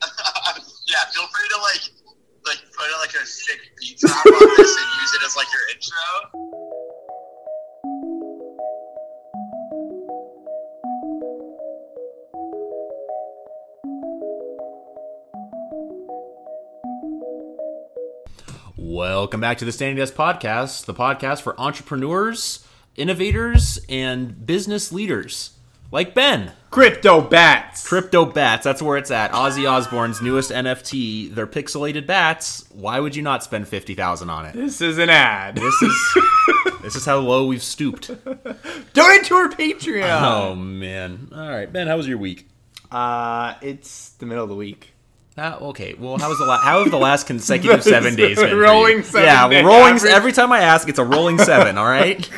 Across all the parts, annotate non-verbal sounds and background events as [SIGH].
[LAUGHS] feel free to like like put in, like a sick beat drop on this and use it as like your intro. Welcome back to the Standing Desk Podcast, the podcast for entrepreneurs, innovators, and business leaders like Ben. Crypto bats. Crypto bats, that's where it's at. Ozzy Osbourne's newest NFT, they're pixelated bats. Why would you not spend 50000 on it? this is an ad. This [LAUGHS] is this is how low we've stooped. Donate to our Patreon. Oh man. All right, Ben, how was your week? Uh, it's the middle of the week. Uh, okay. Well, how was the la- how have the last [LAUGHS] consecutive This seven is days been? for you? rolling seven Yeah, day rolling. average. Every time I ask, it's a rolling seven. All right.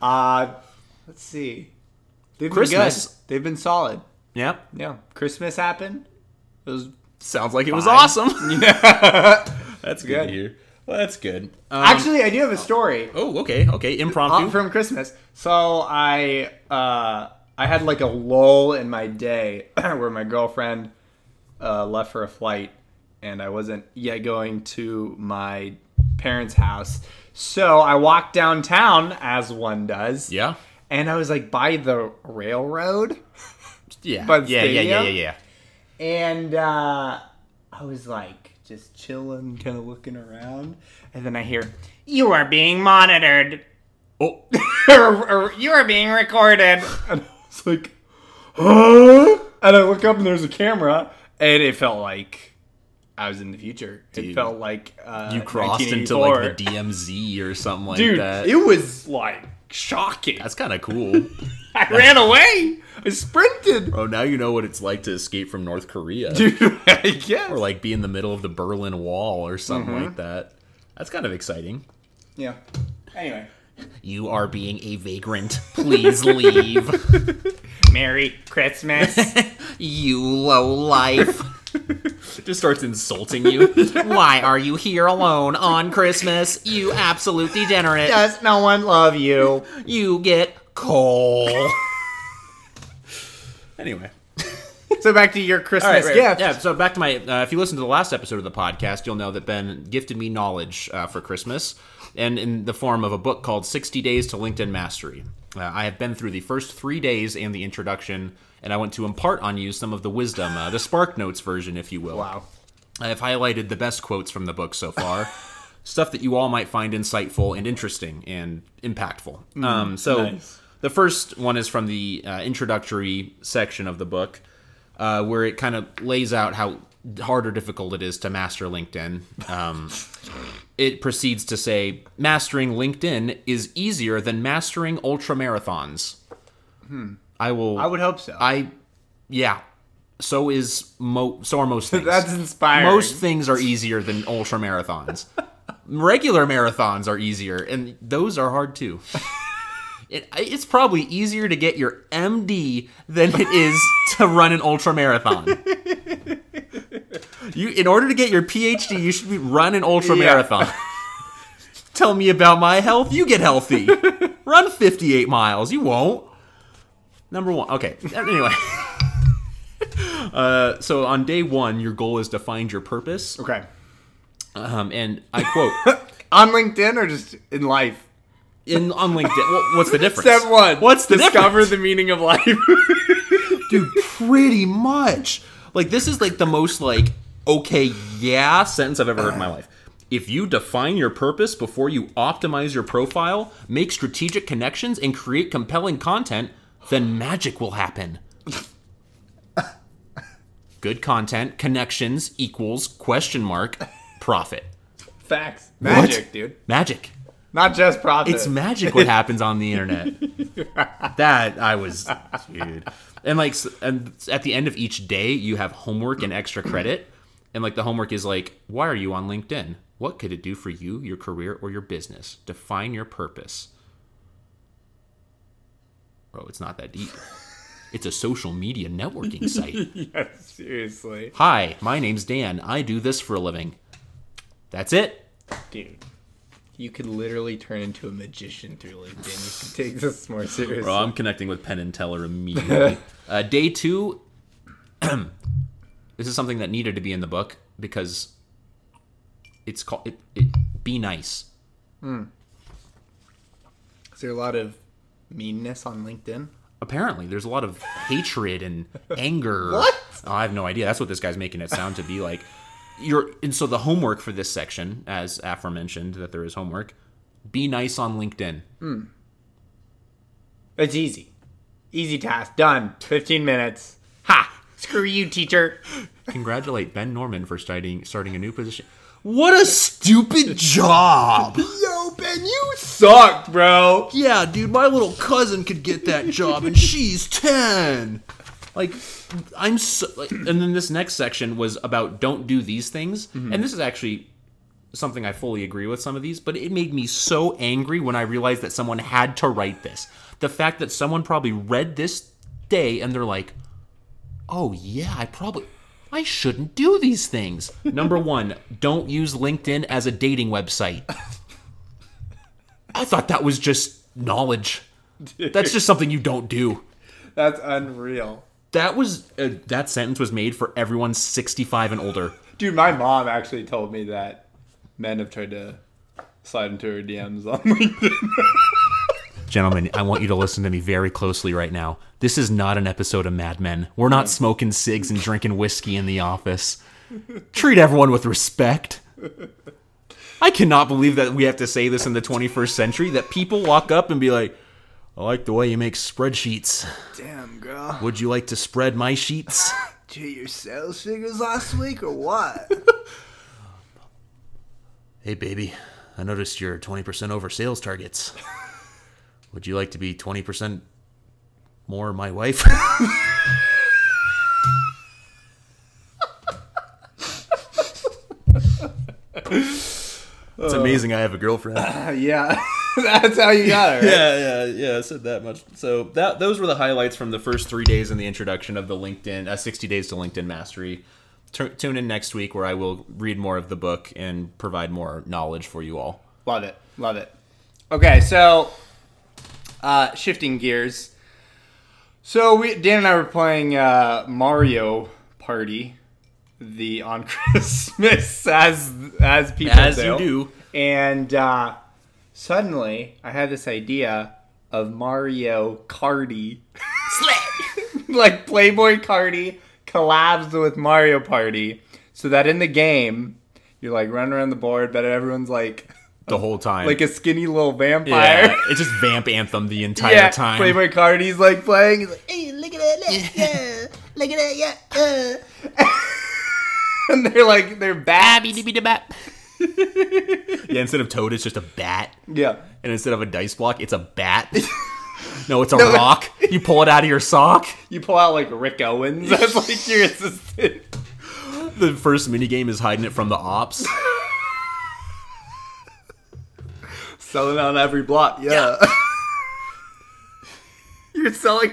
Uh, let's see. They've Christmas. been good. They've been solid. [LAUGHS] yep. Yeah. Christmas happened. It was Sounds like it was Fine. awesome. [LAUGHS] That's good, Good. to hear. Well, that's good. Um, actually I do have a story. oh, okay, okay. Impromptu. Uh, from Christmas. So I uh, I had like a lull in my day [CLEARS THROAT] where my girlfriend uh, left for a flight, and I wasn't yet going to my parents' house. So I walked downtown as one does. yeah. And I was like by the railroad, Yeah. By the yeah. Yeah. Yeah. stadium? Yeah. Yeah. and uh, I was like just chilling, kind of looking around, and then I hear, "You are being monitored." Oh. you are being recorded. [LAUGHS] And I was like, huh? And I look up and there's a camera, and it felt like I was in the future. Dude. it felt like uh, You crossed into [LAUGHS] like the 1984. DMZ or something like dude. that. It was like shocking. that's kind of [LAUGHS] cool. I ran away. I sprinted, oh, now you know what it's like to escape from North Korea. dude. [LAUGHS] I guess. Or like be in the middle of the Berlin Wall or something like that. That's kind of exciting. yeah. Anyway, You are being a vagrant. Please [LAUGHS] leave. Merry Christmas. you low life. [LAUGHS] Just starts insulting you. [LAUGHS] Why are you here alone on Christmas? You absolute degenerate. [LAUGHS] Does no one love you? You get coal. [LAUGHS] anyway. So back to your Christmas All right, right, gift. yeah. So back to my. Uh, if you listen to the last episode of the podcast, you'll know that Ben gifted me knowledge uh, for Christmas, and in the form of a book called "60 Days to LinkedIn Mastery." Uh, I have been through the first three days and the introduction, and I want to impart on you some of the wisdom, uh, the Spark Notes version, if you will. Wow. I have highlighted the best quotes from the book so far. [LAUGHS] Stuff that you all might find insightful and interesting and impactful. Mm-hmm. um, so, the first one is from the uh, introductory section of the book, uh, where it kind of lays out how hard or difficult it is to master LinkedIn. [LAUGHS] Um, it proceeds to say, Mastering LinkedIn is easier than mastering ultra marathons. I will. Hmm. I would hope so. I, yeah. So is mo. So are most things. [LAUGHS] That's inspiring. Most things are easier than ultra marathons. Regular marathons are easier, and those are hard too. It, it's probably easier to get your MD than it is to run an ultra marathon. You, in order to get your PhD, you should be run an ultra Yeah. marathon. [LAUGHS] Tell me about my health. You get healthy. run 58 miles. You won't. Number one. Okay. Anyway. [LAUGHS] Uh, so on day one, your goal is to find your purpose. okay. Um, and I quote On LinkedIn or just in life? in on LinkedIn. What, [LAUGHS] what's the difference? Step one. What's the discover difference? the meaning [LAUGHS] of life? dude pretty much like this is like the most like okay yeah sentence i've ever heard in my life if you define your purpose before you optimize your profile make strategic connections and create compelling content then magic will happen good content connections equals question mark profit Facts. Magic, dude. magic Not just profit. it's magic what happens on the internet. that I was, dude. And like, s- and at the end of each day, you have homework and extra credit. And like, the homework is like, why are you on LinkedIn? What could it do for you, your career, or your business? Define your purpose. Bro, it's not that deep. It's a social media networking site. Yeah, seriously. Hi, my name's Dan. I do this for a living. That's it. Dude. You could literally turn into a magician through LinkedIn. You could take [LAUGHS] this more seriously. Bro, [LAUGHS] I'm connecting with Penn and Teller immediately. uh, day two [CLEARS THROAT] This is something that needed to be in the book because it's called it, it be nice. Is there a lot of meanness on LinkedIn? Apparently, there's a lot of hatred and anger. What? Oh, I have no idea. That's [LAUGHS] what this guy's making it sound to be like. You're and so the homework for this section, as aforementioned, that there is homework. Be nice on LinkedIn. It's easy. Easy task. Done. 15 minutes. Ha! Screw you, teacher. Congratulate Ben Norman for starting starting a new position. What a stupid [LAUGHS] job! Yo, Ben, you sucked, bro. yeah, dude, my little cousin could get that job, and she's ten. Like, I'm so. Like, and then this next section was about don't do these things, and this is actually something I fully agree with some of these, but it made me so angry when I realized that someone had to write this. The fact that someone probably read this day and they're like, "Oh yeah, I probably." I shouldn't do these things. Number one, don't use LinkedIn as a dating website. I thought that was just knowledge. That's just something you don't do. That's unreal. That was uh, that sentence was made for everyone 65 and older. Dude, my mom actually told me that men have tried to slide into her DMs on LinkedIn. Gentlemen, I want you to listen to me very closely right now. This is not an episode of Mad Men. We're not smoking cigs and drinking whiskey in the office. Treat everyone with respect. I cannot believe that we have to say this in the 21st century that people walk up and be like, "I like the way you make spreadsheets. [LAUGHS] Damn, girl. Would you like to spread my sheets?" Did you your sales figures last week or what? Hey, baby, I noticed you're 20% over sales [LAUGHS] targets. Would you like to be 20% more my wife? [LAUGHS] It's amazing I have a girlfriend. yeah, [LAUGHS] yeah. [LAUGHS] That's how you got her. [LAUGHS] right? yeah, yeah, I said that much. So that those were the highlights from the first three days in the introduction of the LinkedIn, uh, 60 Days to LinkedIn Mastery. Tu- tune in next week where I will read more of the book and provide more knowledge for you all. Love it. Love it. Okay, so uh, shifting gears. So we Dan and I were playing uh, Mario Party, the on [LAUGHS] Christmas as as people As you do. and uh, suddenly I had this idea of Mario Cardi, [LAUGHS] like Playboy Cardi collabs with Mario Party, so that in the game you're like running around the board, but everyone's like the whole time. like a skinny little vampire. [LAUGHS] yeah, it's just vamp anthem the entire time. Playboy Cardi's like playing. [LAUGHS] He's like, Hey, look at that, look, yeah, look at that, yeah, uh. and they're like, they're bad. Yeah, instead of toad, it's just a bat, Yeah. and instead of a dice block, it's a [LAUGHS] bat. no, it's a rock. You pull it out of your sock. You pull out like Rick Owens [LAUGHS] as like your assistant. The first minigame is hiding it from the [LAUGHS] ops. Selling on every block. Yeah. [LAUGHS] You're selling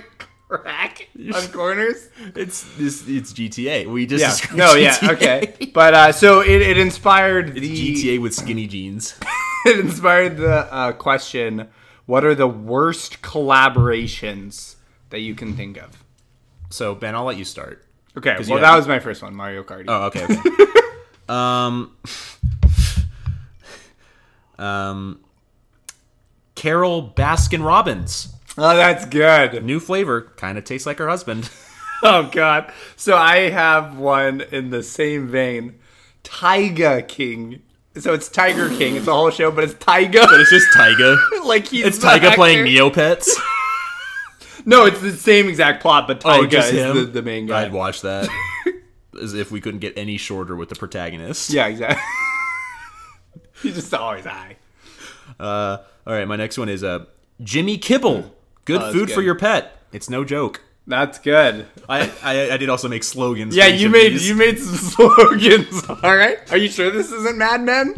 crack on corners? It's this. It's GTA. We just described No, yeah, GTA. [LAUGHS] [LAUGHS] okay. But uh, so it, it inspired the. GTA with skinny jeans. [LAUGHS] it inspired the uh, question what are the worst collaborations that you can think of? So Ben, I'll let you start. Okay, you well, have- that was my first one, Mario Cardi. Oh, okay. okay. [LAUGHS] um, [LAUGHS] um, Carol Baskin Robbins, [LAUGHS] oh that's good. new flavor, kind of tastes like her husband. Oh god. So I have one in the same vein. Tiger King. So it's Tiger King. It's a whole show, but it's Tiger. [LAUGHS] It's just Tyga. [LAUGHS] like he's It's the Tyga actor. playing [LAUGHS] Neopets. No, it's the same exact plot, but Tyga Oh, just is him? the, the main guy. I'd watch [LAUGHS] that. As if we couldn't get any shorter with the protagonist. Yeah, exactly. [LAUGHS] he's just always high. Uh, all right, my next one is uh, Jimmy Kibble. Oh, Good that's food for good. your pet. It's no joke. That's good. [LAUGHS] I, I, I did also make slogans. Yeah, for each you of made these. you made some [LAUGHS] slogans. All right. Are you sure this isn't Mad Men?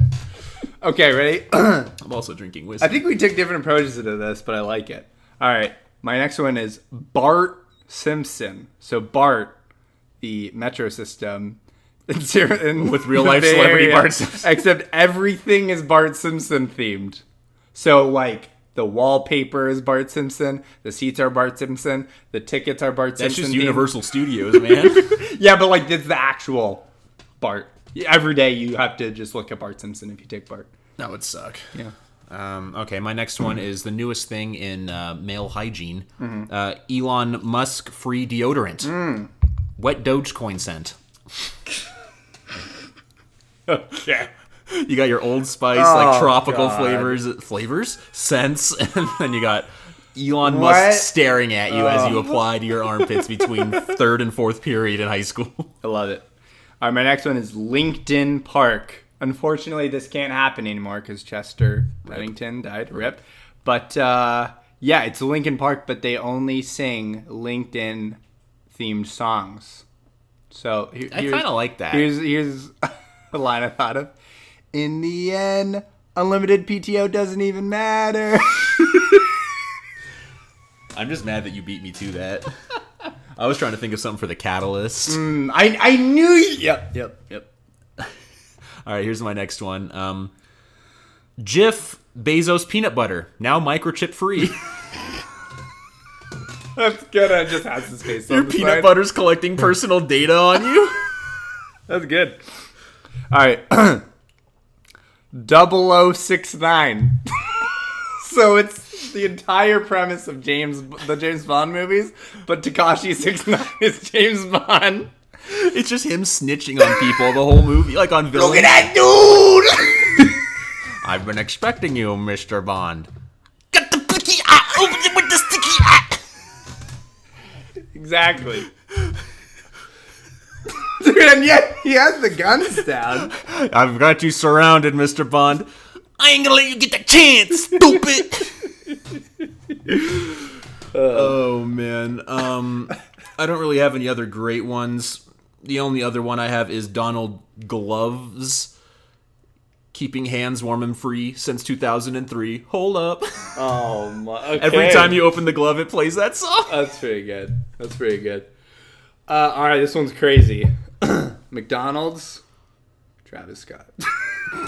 Okay, ready? I'm also drinking whiskey. I think we took different approaches to this, but I like it. All right. My next one is Bart Simpson. So Bart, the Metro system, [LAUGHS] it's here in With real the life Bay celebrity [LAUGHS] Area, Bart Simpson. Except everything is Bart Simpson themed. So like The wallpaper is Bart Simpson. The seats are Bart Simpson. The tickets are Bart That's Simpson. just themed. Universal Studios, man. [LAUGHS] Yeah, but like it's the actual Bart. Every day you have to just look at Bart Simpson if you take Bart. that would suck. Yeah. Um, okay, my next Mm-hmm. one is the newest thing in uh, male hygiene: uh, Elon Musk free deodorant, Mm. wet Dogecoin scent. Okay. You got your Old Spice like Oh, tropical God. flavors, flavors scents, [LAUGHS] and then you got Elon What? Oh. Musk staring at you as you apply to your armpits [LAUGHS] between third and fourth period in high school. I love it. All right, my next one is LinkedIn Park. Unfortunately, this can't happen anymore because Chester Bennington died. Rip. But uh, yeah, it's Lincoln Park, but they only sing LinkedIn themed songs. So he- I here's- kind of like that. Here's here's [LAUGHS] a line I thought of. In the end, unlimited PTO doesn't even matter. [LAUGHS] I'm just mad that you beat me to that. [LAUGHS] I was trying to think of something for the catalyst. I I knew. You. Yep. Yep. Yep. All right, here's my next one. Um, Jif Bezos peanut butter now microchip free. That's good. I just has his face. Your [LAUGHS] peanut butter's collecting personal data on you. That's good. All right. [CLEARS THROAT] 0069. [LAUGHS] so it's the entire premise of James the James Bond movies, but Takashi 69 is James Bond. it's just him snitching on people the whole movie, like on villains. that dude. [LAUGHS] I've been expecting you, Mr. Bond. Got the picky eye, open it with the sticky eye. exactly. [LAUGHS] Dude, and yet he has the guns down. I've got you surrounded, Mr. Bond. I ain't gonna let you get that chance, stupid. Oh man. Um I don't really have any other great ones. The only other one I have is Donald Gloves keeping hands warm and free since 2003. Hold up. Oh my. Every time you open the glove it plays that song. That's pretty good. That's pretty good. Uh, all right, this one's crazy. [CLEARS THROAT] McDonald's, Travis Scott.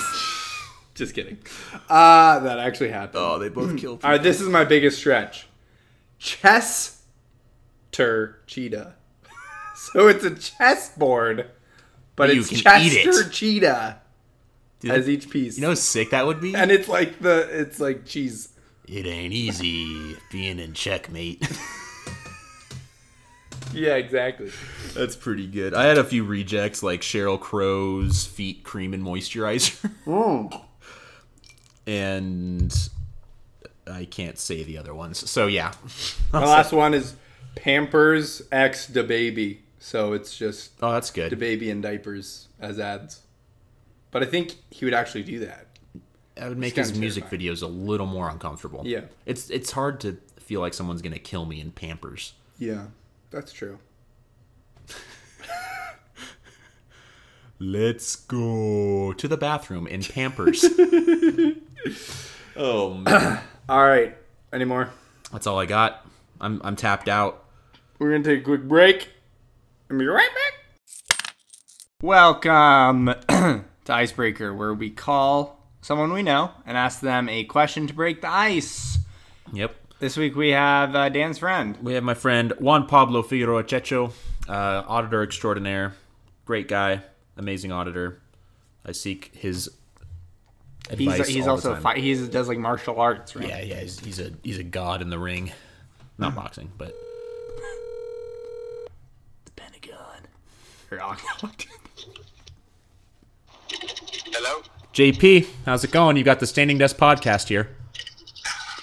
[LAUGHS] Just kidding. Uh, that actually happened. oh, they both kill All people. right, this is my biggest stretch. Chess ter cheetah. [LAUGHS] so it's a chessboard, but You it's can chess eat it. ter cheetah Dude, as each piece. you know how sick that would be? and it's like the it's like cheese. It ain't easy being in checkmate. [LAUGHS] Yeah, exactly. That's pretty good. I had a few rejects like Cheryl Crow's feet cream and moisturizer. [LAUGHS] and I can't say the other ones. So yeah. My last one is Pampers X the baby. So it's just Oh, that's the good. baby in diapers as ads. But I think he would actually do that. That would make It's his kinda music videos a little more uncomfortable. Yeah. It's it's hard to feel like someone's gonna kill me in Pampers. Yeah, that's true. Let's go to the bathroom in [LAUGHS] [LAUGHS] Pampers. oh man. All right, any more? That's all I got. I'm I'm tapped out. We're gonna take a quick break and be right back. Welcome [CLEARS THROAT] to Icebreaker, where we call someone we know and ask them a question to break the ice. Yep. This week we have uh, Dan's friend. We have my friend Juan Pablo Figueroa Checho, uh, auditor extraordinaire, great guy, amazing auditor. I seek his He's, advice. he's all also the time. fi- he does like martial arts, right? Yeah, yeah, he's, he's a he's a god in the ring, not boxing, but The Pentagon. Or [LAUGHS] Octagon. Hello? JP, how's it going? You got the Standing Desk podcast here.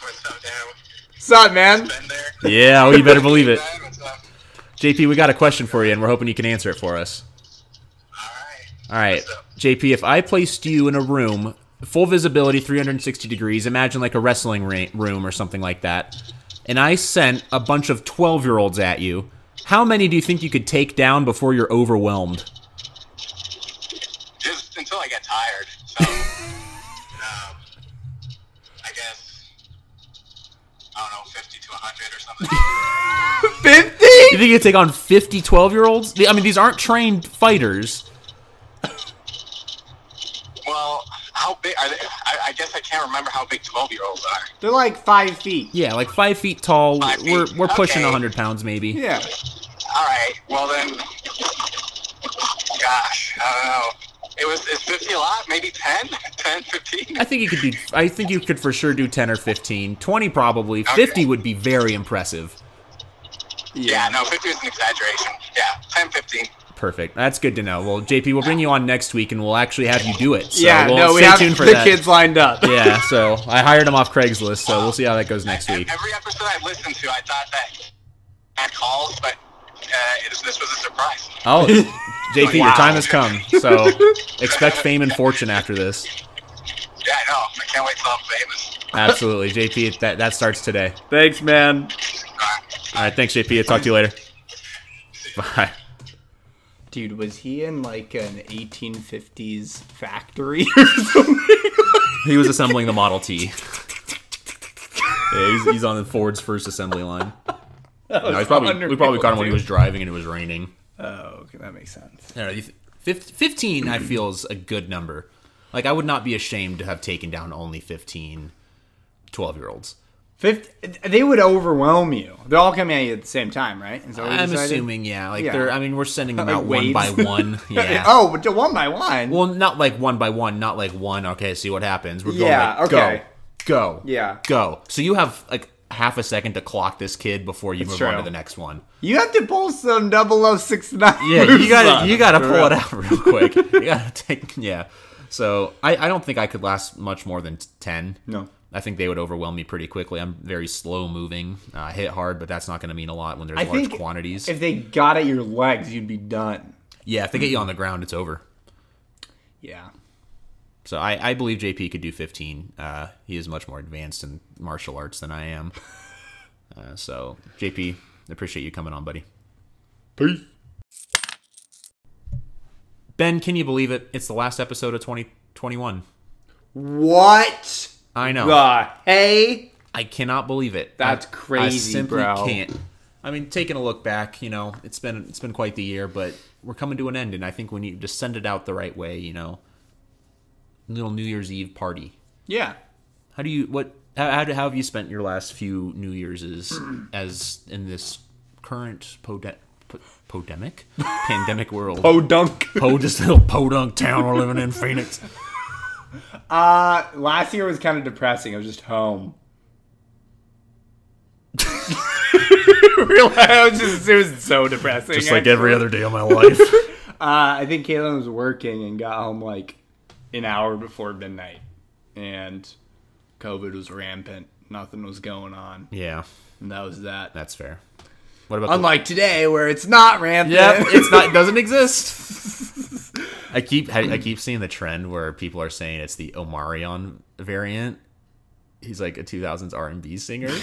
What's up, Dan? What's [LAUGHS] up, man? Been there? Yeah, oh, you better believe it. Dan, what's up? JP, we got a question for you, and we're hoping you can answer it for us. Alright. All right, What's up? JP, if I placed you in a room, full visibility, 360 degrees, imagine like a wrestling ra- room or something like that, and I sent a bunch of 12 year olds at you, how many do you think you could take down before you're overwhelmed? Just until I get tired. So, um, I guess, I don't know, 50 to 100 or something. 50? You think you could take on 50 12 year olds? I mean, these aren't trained fighters. well, I how big? Are they, I, I guess I can't remember how big twelve-year-olds are. They're like five feet. Yeah, like five feet tall. Five We're feet. we're pushing Okay. hundred pounds maybe. Yeah. All right. Well then, gosh, I don't know. It was is fifty a lot? Maybe [LAUGHS] 10? 10, 15? I think you could do. I think you could for sure do ten or 15. 20 probably. Fifty would be very impressive. Yeah, no, fifty was an exaggeration. Yeah, 10, 15. Perfect. That's good to know. Well, JP, we'll bring you on next week, and we'll actually have you do it. So yeah. we'll no, stay we have tuned for the that. kids lined [LAUGHS] up. Yeah. So I hired him off Craigslist. So we'll see how that goes next week. Every episode I listened to, I thought that I had calls, but uh, it, this was a surprise. [LAUGHS] Oh, JP, your Wow. time has come. So expect fame and fortune after this. Yeah, I know. I can't wait till I'm famous. Absolutely, JP. That that starts today. Thanks, man. All right. Thanks, JP. I'll talk to you later. Bye. [LAUGHS] Dude, was he in like an 1850s factory [LAUGHS] or something? He was assembling the Model [LAUGHS] T. yeah, he's, he's on the Ford's first assembly line. No, he's probably, we probably caught him when he was driving and it was raining. Oh, okay, that makes sense. I don't know, you th- fif- 15, I feel, is a good number. Like, I would not be ashamed to have taken down only 15 12 year olds. Fifth, they would overwhelm you. They're all coming at you at the same time, right? Is that what we I'm decided? assuming, yeah. Like, Yeah. they're, I mean, we're sending them Like out one waves. by [LAUGHS] one. Yeah. Oh, but one by one. Well, not like one by one, not like one, okay, see what happens. We're Yeah, going, like, okay. go, go, Yeah. go. So you have, like, half a second to clock this kid before you move on true. to the next one. you have to pull some 0069. Yeah, [LAUGHS] you moves gotta on you gotta for pull real. it out [LAUGHS] real quick. You gotta take yeah. So I, I don't think I could last much more than t- ten. No. I think they would overwhelm me pretty quickly. I'm very slow moving. Uh, I hit hard, but that's not going to mean a lot when there's I large think quantities. If they got at your legs, you'd be done. yeah, if they get you on the ground, it's over. Yeah. So I, I believe JP could do 15. Uh, he is much more advanced in martial arts than I [LAUGHS] am. Uh, so JP, appreciate you coming on, buddy. Peace. Ben, can you believe it? It's the last episode of 2021. What I know. the hey? I cannot believe it. That's I- crazy, I simply bro. can't. I mean, taking a look back, you know, it's been it's been quite the year, but we're coming to an end, and I think when you just send it out the right way, you know, little New Year's Eve party. Yeah. How do you what? How, how, do- how have you spent your last few New Year's as, as in this current pode- p- podemic [LAUGHS] pandemic world? Oh dunk. [LAUGHS] Po this little podunk town we're living in, [LAUGHS] Phoenix. Uh last year was kind of depressing. I was just home. Real- [LAUGHS] I was just it was so depressing. Just like every other day of my life. Uh, I think Caitlin was working and got home like an hour before midnight, and COVID was rampant. Nothing was going on, [LAUGHS] yeah, and that was that. that's fair. What about the- Unlike today, where it's not rampant. Yep, it's not. It doesn't exist. [LAUGHS] I keep I, I keep seeing the trend where people are saying it's the Omarion variant. He's like a 2000s R&B [LAUGHS] singer.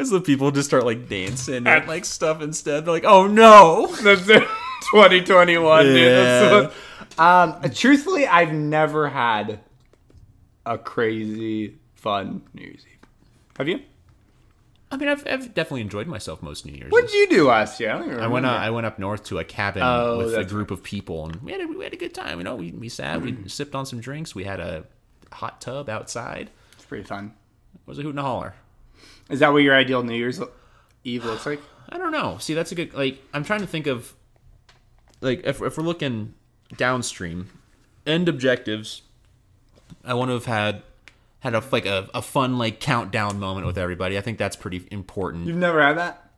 And so people just start like dancing and [LAUGHS] like stuff instead. They're like, oh no. That's it. [LAUGHS] 2021, dude. Yeah. That's what- um, truthfully, I've never had a crazy fun New Year's Eve. Have you? I mean, I've, I've definitely enjoyed myself most New Year's. What did you do last year? I, don't even I went uh, remember. I went up north to a cabin Oh, with a that's group of people, and we had a, we had a good time. You know, we we sat, we sipped on some drinks, we had a hot tub outside. It's pretty fun. It was a hoot and a holler. Is that what your ideal New Year's Eve looks like? I don't know. See, that's a good like. I'm trying to think of like if if we're looking downstream, end objectives. I want to have had had a like a, a fun like countdown moment with everybody. I think that's pretty important. You've never had that?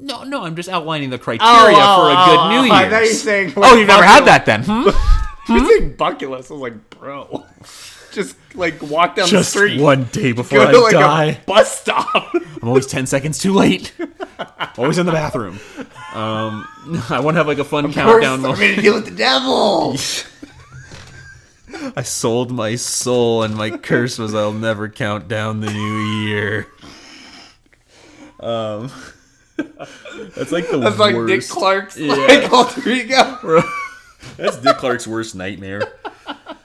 No, no, I'm just outlining the criteria oh, for a oh, good oh, New Year's. I thought you were saying- oh, you've never [LAUGHS] had that then? Hmm? He's like bucket list. I was like, bro, [LAUGHS] just like walk down the street, one day before [LAUGHS] go to like a bus stop. I'm always ten seconds too late. [LAUGHS] always in the bathroom. Um, [LAUGHS] I want to have like a fun countdown. moment. to deal with [LAUGHS] the devil. I sold my soul, and [LAUGHS] my curse was I'll never count down the new year. Um, [LAUGHS] that's like the That's like Dick worst. Clark's Yeah. like alter ego. that's Dick Clark's worst nightmare.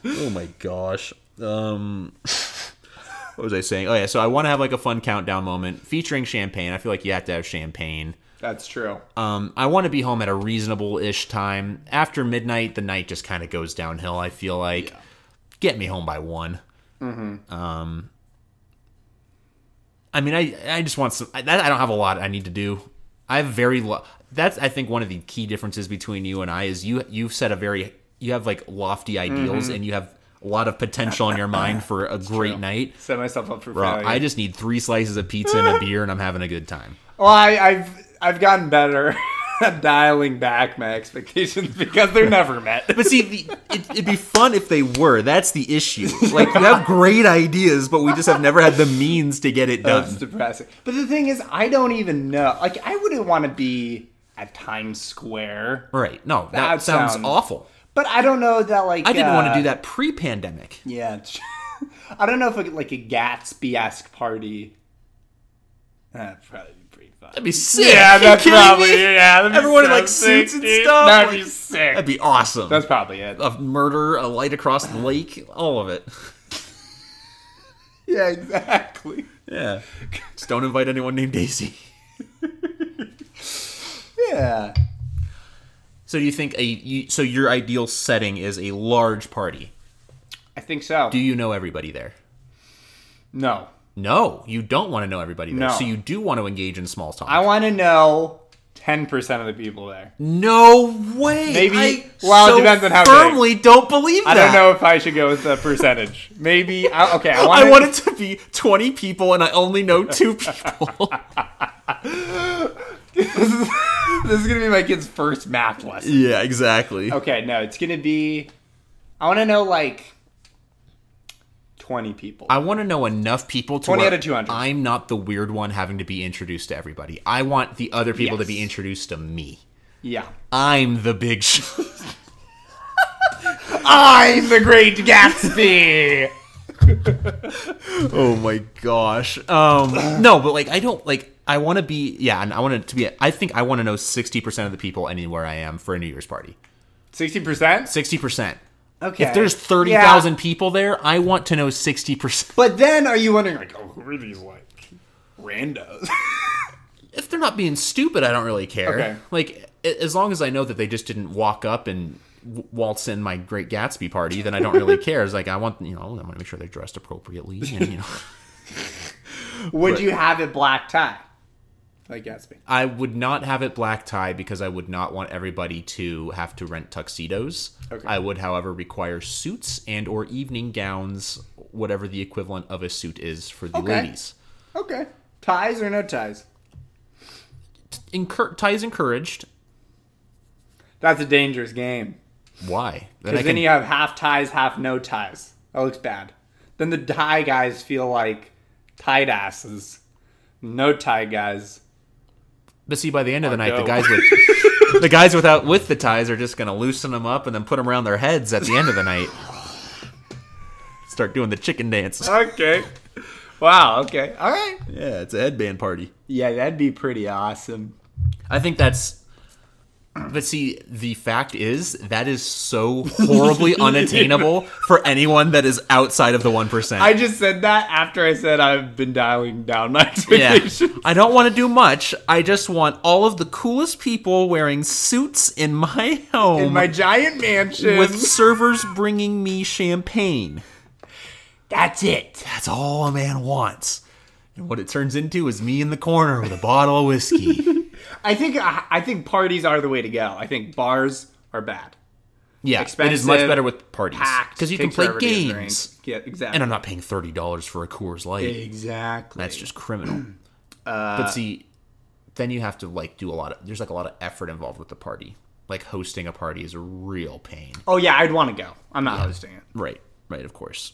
Oh my gosh. Um, what was I saying? Oh yeah, so I want to have like a fun countdown moment featuring champagne. I feel like you have to have champagne. That's true. Um, I want to be home at a reasonable ish time. After midnight, the night just kind of goes downhill. I feel like get me home by one. Um, I mean, I I just want some. I, that, I don't have a lot I need to do. I have very lo- that's I think one of the key differences between you and I is you you've set a very you have like lofty ideals and you have a lot of potential in your mind for a great night. Set myself up for Bro, failure. I just need three slices of pizza and a beer, and I'm having a good time. Well, I, I've I've gotten better [LAUGHS] at dialing back my expectations [LAUGHS] because they're never met. But see, the, it, it'd be fun if they were. That's the issue. Like you have great ideas, but we just have never had the means to get it That's done. depressing. But the thing is, I don't even know. Like, I wouldn't want to be at Times Square, Right? No, that, That sounds, sounds- awful. but I don't know that. Like, I didn't uh, want to do that pre-pandemic. Yeah, [LAUGHS] it's- I don't know if like, like a Gatsby-esque party. That'd probably be pretty fun. That'd be sick. [LAUGHS] yeah, Are you that's kidding probably me? yeah. that'd be Everyone in, so like, suits sick, and dude. stuff, That'd like- be sick. That'd be awesome. That's [LAUGHS] probably it. a murder, a light across the lake, all of it. Yeah, exactly. Yeah. Just don't invite anyone named Daisy. Yeah. So do you think a you, so your ideal setting is a large party? I think so. Do you know everybody there? no. No, you don't want to know everybody there. No. So you do want to engage in small talk. I want to know 10% of the people there. No way. Maybe- I well, it so depends on how big. firmly don't believe that. I don't know if I should go with the percentage. Maybe. I, okay, [LAUGHS] I [LAUGHS] want I want it to be 20 people and I only know [LAUGHS] two people. [LAUGHS] This is going to be my kid's first math lesson. yeah, exactly. Okay, no, it's going to be. I want to know like 20 people. I want to know enough people to 20 where out of 200. I'm not the weird one having to be introduced to everybody. I want the other people to be Yes. introduced to me. yeah. I'm the big [LAUGHS] shot. I'm the great [LAUGHS] Gatsby! oh my gosh. Um [CLEARS THROAT] no, but like I don't like I want to be yeah, and I want it to be I think I want to know 60% of the people anywhere I am for a New Year's party. 60%? 60%. Okay. If there's 30,000 people there, I want to know 60%. But then are you wondering, like, oh, who are these like randos? [LAUGHS] [LAUGHS] If they're not being stupid, I don't really care. Okay. Like, a- as long as I know that they just didn't walk up and w- waltz in my great Gatsby party, then I don't really [LAUGHS] care. It's like, I want, you know, I want to make sure they're dressed appropriately. And, you know, Would you have it black tie? Like Gatsby. I would not have it black tie because I would not want everybody to have to rent tuxedos. Okay. I would, however, require suits and or evening gowns, whatever the equivalent of a suit is for the Okay. ladies. Okay. Ties or no ties? Encour- ties encouraged. That's a dangerous game. Why? Then Because then you have half ties, half no ties. That looks bad. Then the tie guys feel like tied asses. No tie guys. But see, by the end of the night, the dope. guys with [LAUGHS] the guys without with the ties are just gonna loosen them up and then put them around their heads at the end of the [SIGHS] night. Start doing the chicken dance. Okay. Wow, okay. All right. Yeah, it's a headband party. Yeah, that'd be pretty awesome. I think that's. But see, the fact is that is so [LAUGHS] horribly unattainable for anyone that is outside of the one percent. I just said that after I said I've been dialing down my Yeah. expectations. [LAUGHS] I don't want to do much. I just want all of the coolest people wearing suits in my home. In my giant mansion. with servers bringing me champagne. That's it. That's all a man wants. And what it turns into is me in the corner with a bottle of [LAUGHS] whiskey. I think I I think parties are the way to go. I think bars are bad. Yeah, it is Expensive, much better with parties Packed because you can takes play forever to get a drink. games, Yeah, exactly. and I'm not paying thirty dollars for a Coors Light. exactly. That's just [CLEARS THROAT] criminal. Uh, but see, then you have to like do a lot of. There's like a lot of effort involved with the party. Like hosting a party is a real pain. Oh yeah, I'd want to go. I'm not hosting it. Right, right, of course.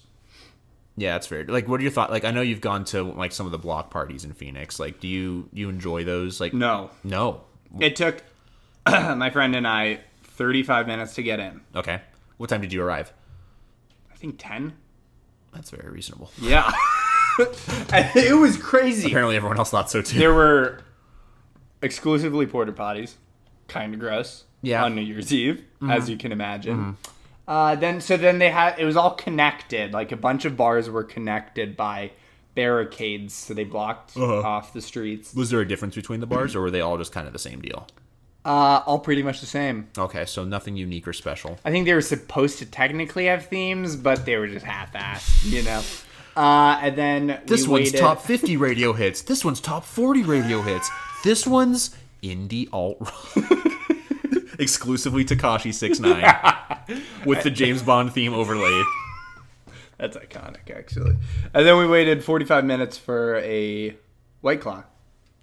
Yeah, that's fair. Like, what are your thoughts? Like, I know you've gone to like some of the block parties in Phoenix. Like, do you you enjoy those? Like, No, no. it took [CLEARS THROAT] my friend and I 35 minutes to get in. Okay. What time did you arrive? I think 10. That's very reasonable. Yeah, [LAUGHS] it was crazy. Apparently, everyone else thought so too. There were exclusively porta potties, kind of gross. Yeah. Mm-hmm. on New Year's Eve, as you can imagine. Uh, then so then they had it was all connected. Like a bunch of bars were connected by barricades, Uh-huh. so they blocked off the streets. was there a difference between the bars, or were they all just kind of the same deal? Uh, all pretty much the same. Okay, so nothing unique or special. I think they were supposed to technically have themes, but they were just half-assed, you know. Uh, and then This we one's waited- top 50 radio hits. This one's top 40 radio hits. This one's indie alt rock. [LAUGHS] Exclusively Takashi [LAUGHS] 69 with the James Bond theme overlaid. That's iconic, actually. And then we waited 45 minutes for a White Claw.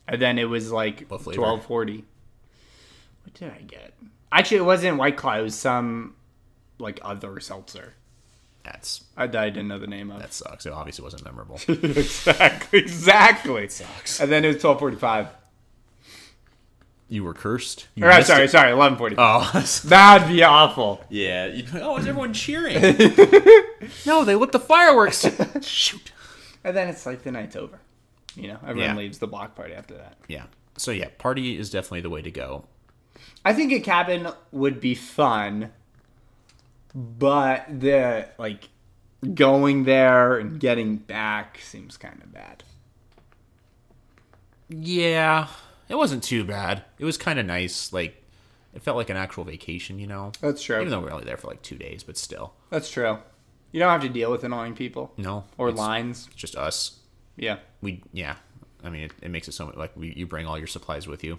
And then it was like What flavor? 1240. What did I get? Actually, it wasn't White Claw. It was some, like, other seltzer. That's I, that I didn't know the name of. that sucks. It obviously wasn't [LAUGHS] memorable. exactly. Exactly. And then it was 1245. You were cursed. You Or, I'm missed sorry, it. sorry, 1145. Oh, [LAUGHS] That'd be awful. yeah. You- oh, is everyone [LAUGHS] cheering? no, they lit the [LAUGHS] fireworks. Shoot. And then it's like the night's over. You know, everyone Yeah. leaves the block party after that. Yeah. So yeah, party is definitely the way to go. I think a cabin would be fun, but the like going there and getting back seems kind of bad. Yeah, it wasn't too bad. It was kind of nice. Like, it felt like an actual vacation, you know. That's true. Even though we were only there for like two days, but still, That's true. You don't have to deal with annoying people no. or it's lines. Just us. Yeah, We yeah. I mean, it, it makes it so much like we, you bring all your supplies with you.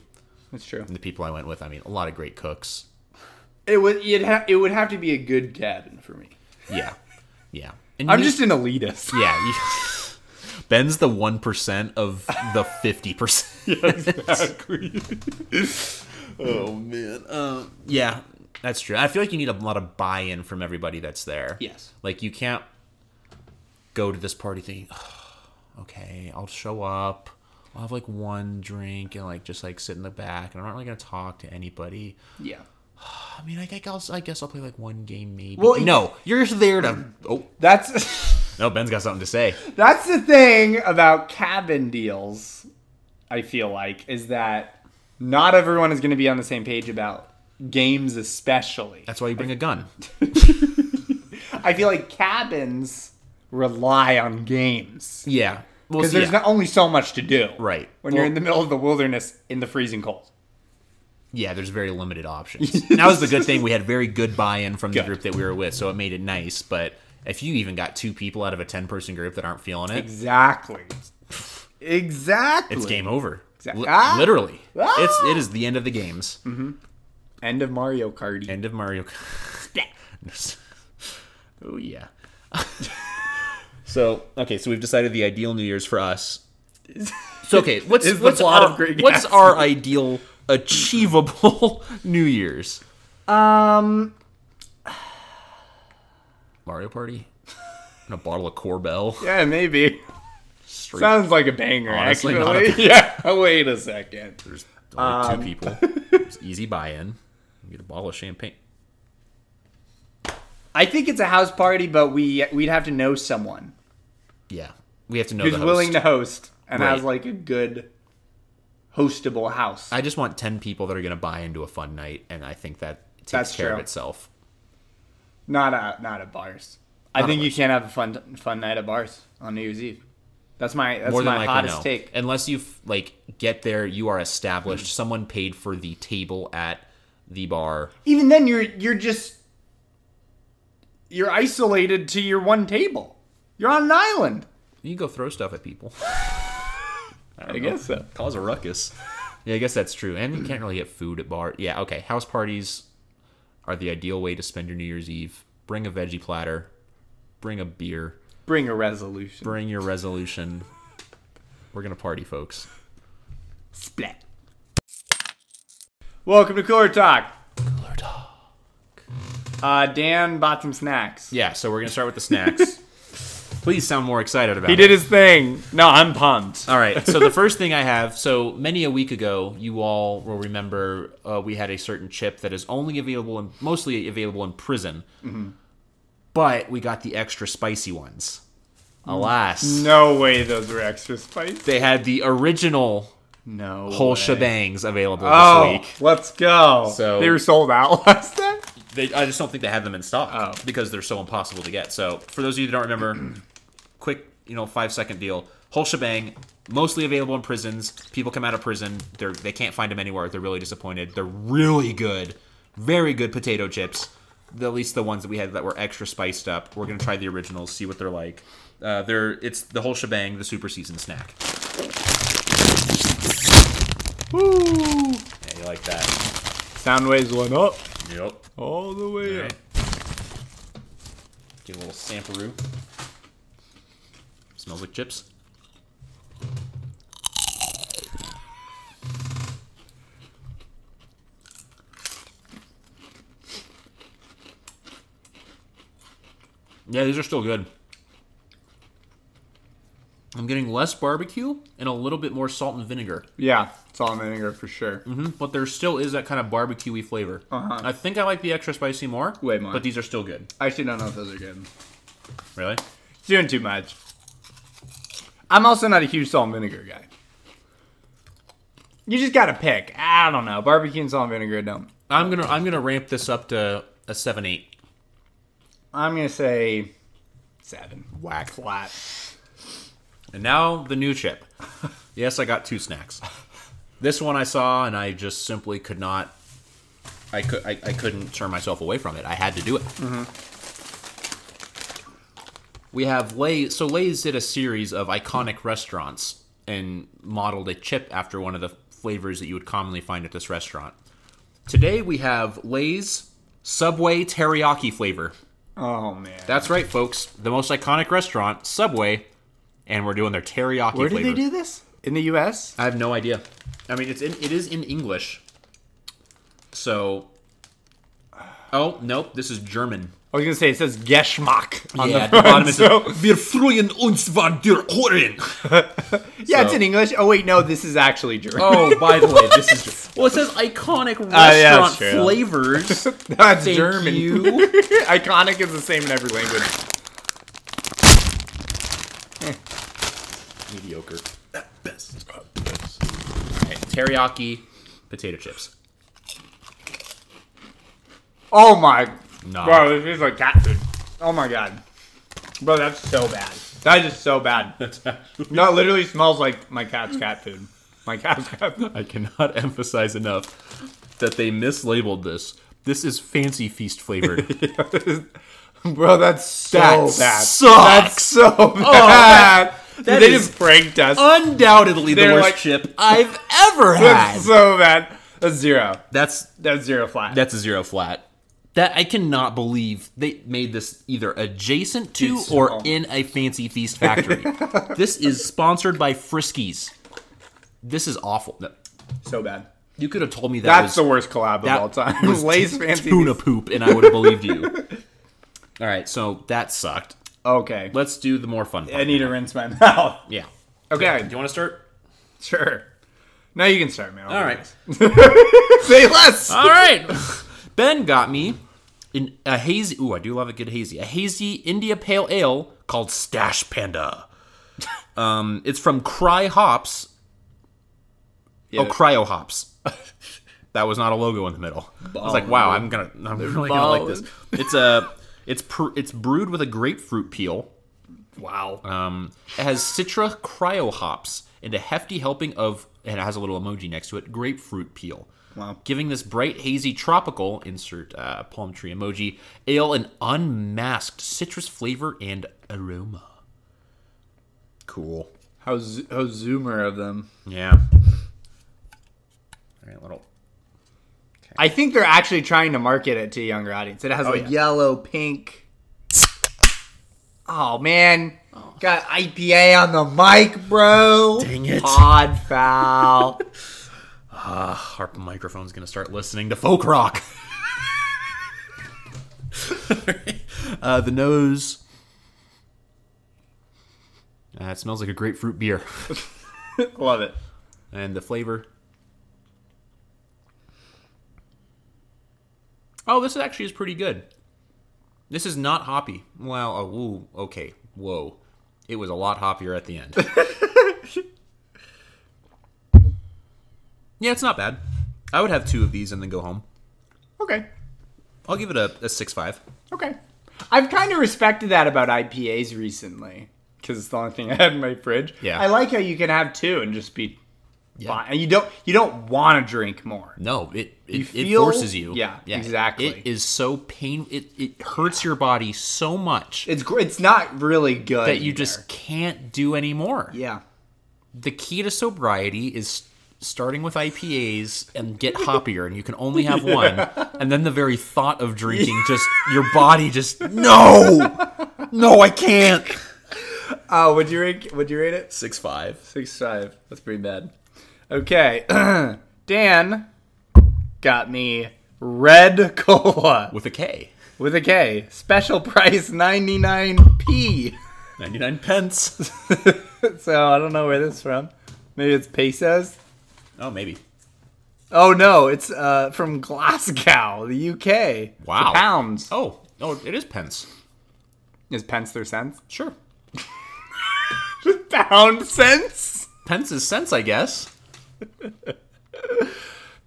that's true. And the people I went with, I mean, a lot of great cooks. It would it ha- it would have to be a good cabin for me. Yeah, yeah. And I'm you- just an [LAUGHS] elitist. yeah. You, [LAUGHS] Ben's the one percent of the fifty percent. [LAUGHS] oh man. Um. Yeah, that's true. I feel like you need a lot of buy-in from everybody that's there. Yes. Like you can't go to this party thinking, "Ugh, okay, I'll show up. I'll have like one drink and like just like sit in the back, and I'm not really gonna talk to anybody. Yeah. I mean, I guess I'll, I guess I'll play like one game maybe. Well, no, you're there to. Oh That's [LAUGHS] no, Ben's got something to say. That's the thing about cabin deals, I feel like, is that not everyone is going to be on the same page about games, especially. That's why you bring a gun. I feel like cabins rely on games. Yeah. Well, Because there's yeah. not only so much to do. Right. When you're in the middle of the wilderness in the freezing cold. Yeah, there's very limited [LAUGHS] options. and that was the good thing. We had very good buy-in from the Good. group that we were with, so it made it nice. But if you even got two people out of a ten-person group that aren't feeling it, Exactly. Exactly. it's game over. Exact- Li- Ah! Literally, Ah! Mm-hmm. it's it is the end of the games. End of Mario Kart. End of Mario. Kart. [LAUGHS] oh yeah. [LAUGHS] so okay, so we've decided the ideal New Year's for [LAUGHS] us. So okay, what's Is the what's plot our, of Great what's Gatsby. our ideal achievable [LAUGHS] New Year's? Um, Mario Party and a bottle of Corbel. yeah, maybe. Straight- Sounds like a banger, Honestly, not a [LAUGHS] actually. yeah. Wait a second. There's only um, two [LAUGHS] people. There's easy buy-in. You get a bottle of champagne. I think it's a house party, but we we'd have to know someone Yeah, we have to know who's the host. willing to host and Right. has like a good hostable house. I just want ten people that are going to buy into a fun night, and I think that takes That's care of true. itself. not at not at bars. I at think you bars. can't have a fun fun night at bars on New Year's Eve. That's my that's More than my likely, hottest no. take. Mm. Unless you like get there, you are established. Someone paid for the table at the bar. Even then, you're you're just you're isolated to your one table. You're on an island. You can go throw stuff at people. I, guess so. Oh, Cause a ruckus. Yeah, I guess that's true. And you can't really get food at bar. Yeah, okay. House parties are the ideal way to spend your New Year's Eve. Bring a veggie platter. Bring a beer. Bring a resolution. Bring your resolution. We're gonna party, folks. Splat. Welcome to Cooler Talk. Uh, Dan bought some snacks. Yeah, so we're gonna start with the [LAUGHS] snacks. Please sound more excited about He it. did his thing. No, I'm pumped. All right. [LAUGHS] So the first thing I have. So many a week ago, you all will remember uh, we had a certain chip that is only available and mostly available in prison, Mm-hmm. but we got the extra spicy ones. Alas, Mm. No way those were extra spicy. they had the original No. whole way. shebangs available this Oh, week. let's go. So- they were sold out [LAUGHS] last time. They, I just don't think they had them in stock Oh. because they're so [CLEARS THROAT] impossible to get. So for those of you that don't remember, quick, you know, five second deal. Whole shebang, mostly available in prisons. People come out of prison, they're they can't find them anywhere. They're really disappointed. They're really good, very good potato chips. The, at least the ones that we had that were extra spiced up. We're gonna try the originals, see what they're like. Uh, they're it's the whole shebang, the super season snack. Woo! Yeah, you like that? Sound waves went up Yep. all the way Alright. up. Get a little samperoo. Smells like chips. Yeah, these are still good. I'm getting less barbecue and a little bit more salt and vinegar, Yeah, salt and vinegar for sure. but there still is that kind of barbecue flavor. Uh-huh. I think I like the extra spicy more. Way more. But these are still good. I actually don't know if those are good. Really? It's doing too much. I'm also not a huge salt and vinegar guy. You just gotta pick. I don't know. Barbecue and salt and vinegar don't. I'm gonna I'm gonna ramp this up to a seven eight. I'm gonna say seven. Whack. Flat. And now the new chip. Yes, I got two snacks. This one I saw and I just simply could not. I could I, I couldn't turn myself away from it. I had to do it. We have Lay's. So Lay's did a series of iconic restaurants and modeled a chip after one of the flavors that you would commonly find at this restaurant. Today we have Lay's Subway teriyaki flavor. Oh man. That's right, folks. The most iconic restaurant, Subway, and we're doing their teriyaki Where did flavor. they do this? In the U.S. I have no idea. I mean, it's in, it is in English. So, oh nope, this is German. I was gonna say it says Geschmack on yeah, the, front, bottom so- it says, "Wir freuen uns von dir Ohren." yeah, it's so- in English. Oh wait, no, this is actually German. Oh, by the way, this is well. It says iconic restaurant yeah, that's true. flavors. [LAUGHS] that's Thank German. you. [LAUGHS] Iconic is the same in every language. Mediocre. At best. Alright, teriyaki potato chips. Oh my, No. bro, this is like cat food. Um, Oh my god, bro, that's so bad. That is [LAUGHS] so bad. No, it literally smells like my cat's cat food. My cat's cat [LAUGHS] food. I cannot emphasize enough that they mislabeled this. This is fancy feast [LAUGHS] flavored. Bro, that's so Oh, That bad. sucks. That's so bad. that- Oh, that [LAUGHS] they is- just pranked us. Undoubtedly the They're worst like- chip I've [LAUGHS] ever had. That's [LAUGHS] so bad. That's zero. That's That's zero flat. that's a zero flat. That I cannot believe they made this either adjacent to It's- or oh. in a fancy feast [LAUGHS] factory. this is sponsored by Friskies. This is awful. No, so bad. You could have told me that was That's the worst collab of that all time. [LAUGHS] Lay's fancy. tuna poop and I would have believed [LAUGHS] you. All right, so that sucked. Okay. Let's do the more fun part. I need to rinse my [LAUGHS] mouth. yeah. Okay. Do you want to start? Sure. Now you can start, man. I'll All do right. this. [LAUGHS] Say less. All right. [LAUGHS] Ben got me in a hazy. Ooh, I do love a good hazy. A hazy India Pale Ale called Stash [LAUGHS] Panda. Um, it's from Cry Hops. Oh, Cryo [LAUGHS] Hops. that was not a logo in the middle. I was like, wow, I'm gonna, I'm really gonna like this. It's a, it's pr- it's brewed with a grapefruit peel. wow. Um, it has Citra cryo hops and a hefty helping of, and it has a little emoji next to it, grapefruit peel. Wow. Giving this bright, hazy, tropical, insert uh, palm tree emoji, ale an unmasked citrus flavor and aroma. Cool. How, z- how zoomer of them. Yeah. All right, little. I think they're actually trying to market it to a younger audience. It has like Oh, yeah. yellow, pink. Oh man, got IPA on the mic, bro. Dang it. pod [LAUGHS] foul. Our microphone's going to start listening to folk rock. [LAUGHS] uh, the nose. Uh, it smells like a grapefruit beer. Love it. and the flavor. Oh, this actually is pretty good. This is not hoppy. Well, oh, ooh, okay, whoa, it was a lot hoppier at the [LAUGHS] end. yeah, it's not bad. I would have two of these and then go home. Okay, I'll give it a, a six five. okay. I've kind of respected that about IPAs recently. because it's the only thing [LAUGHS] I had in my fridge. Yeah. I like how you can have two and just be Yeah. fine, and you don't you don't want to drink more. No, it it, You it feel- forces you. yeah, exactly. It is so pain. It it hurts your body so much It's gr- it's not really good that you either. just can't do anymore. yeah. The key to sobriety is starting with IPAs and get hoppier, and you can only [LAUGHS] have one. And then the very thought of drinking just your body just no, no, I can't. Oh, would you rate would you rate it Six five. six five? That's pretty bad. Okay, [CLEARS THROAT] Dan got me red cola. with a K. with a K. Special price 99p. 99 pence. [LAUGHS] [LAUGHS] So I don't know where this is from. Maybe it's pesos. oh, maybe. Oh no, it's uh, from Glasgow, the UK. Wow. The pounds. Oh, oh, it is pence. Is pence their cents? [LAUGHS] Sure. Pound cents? Pence is cents, I guess.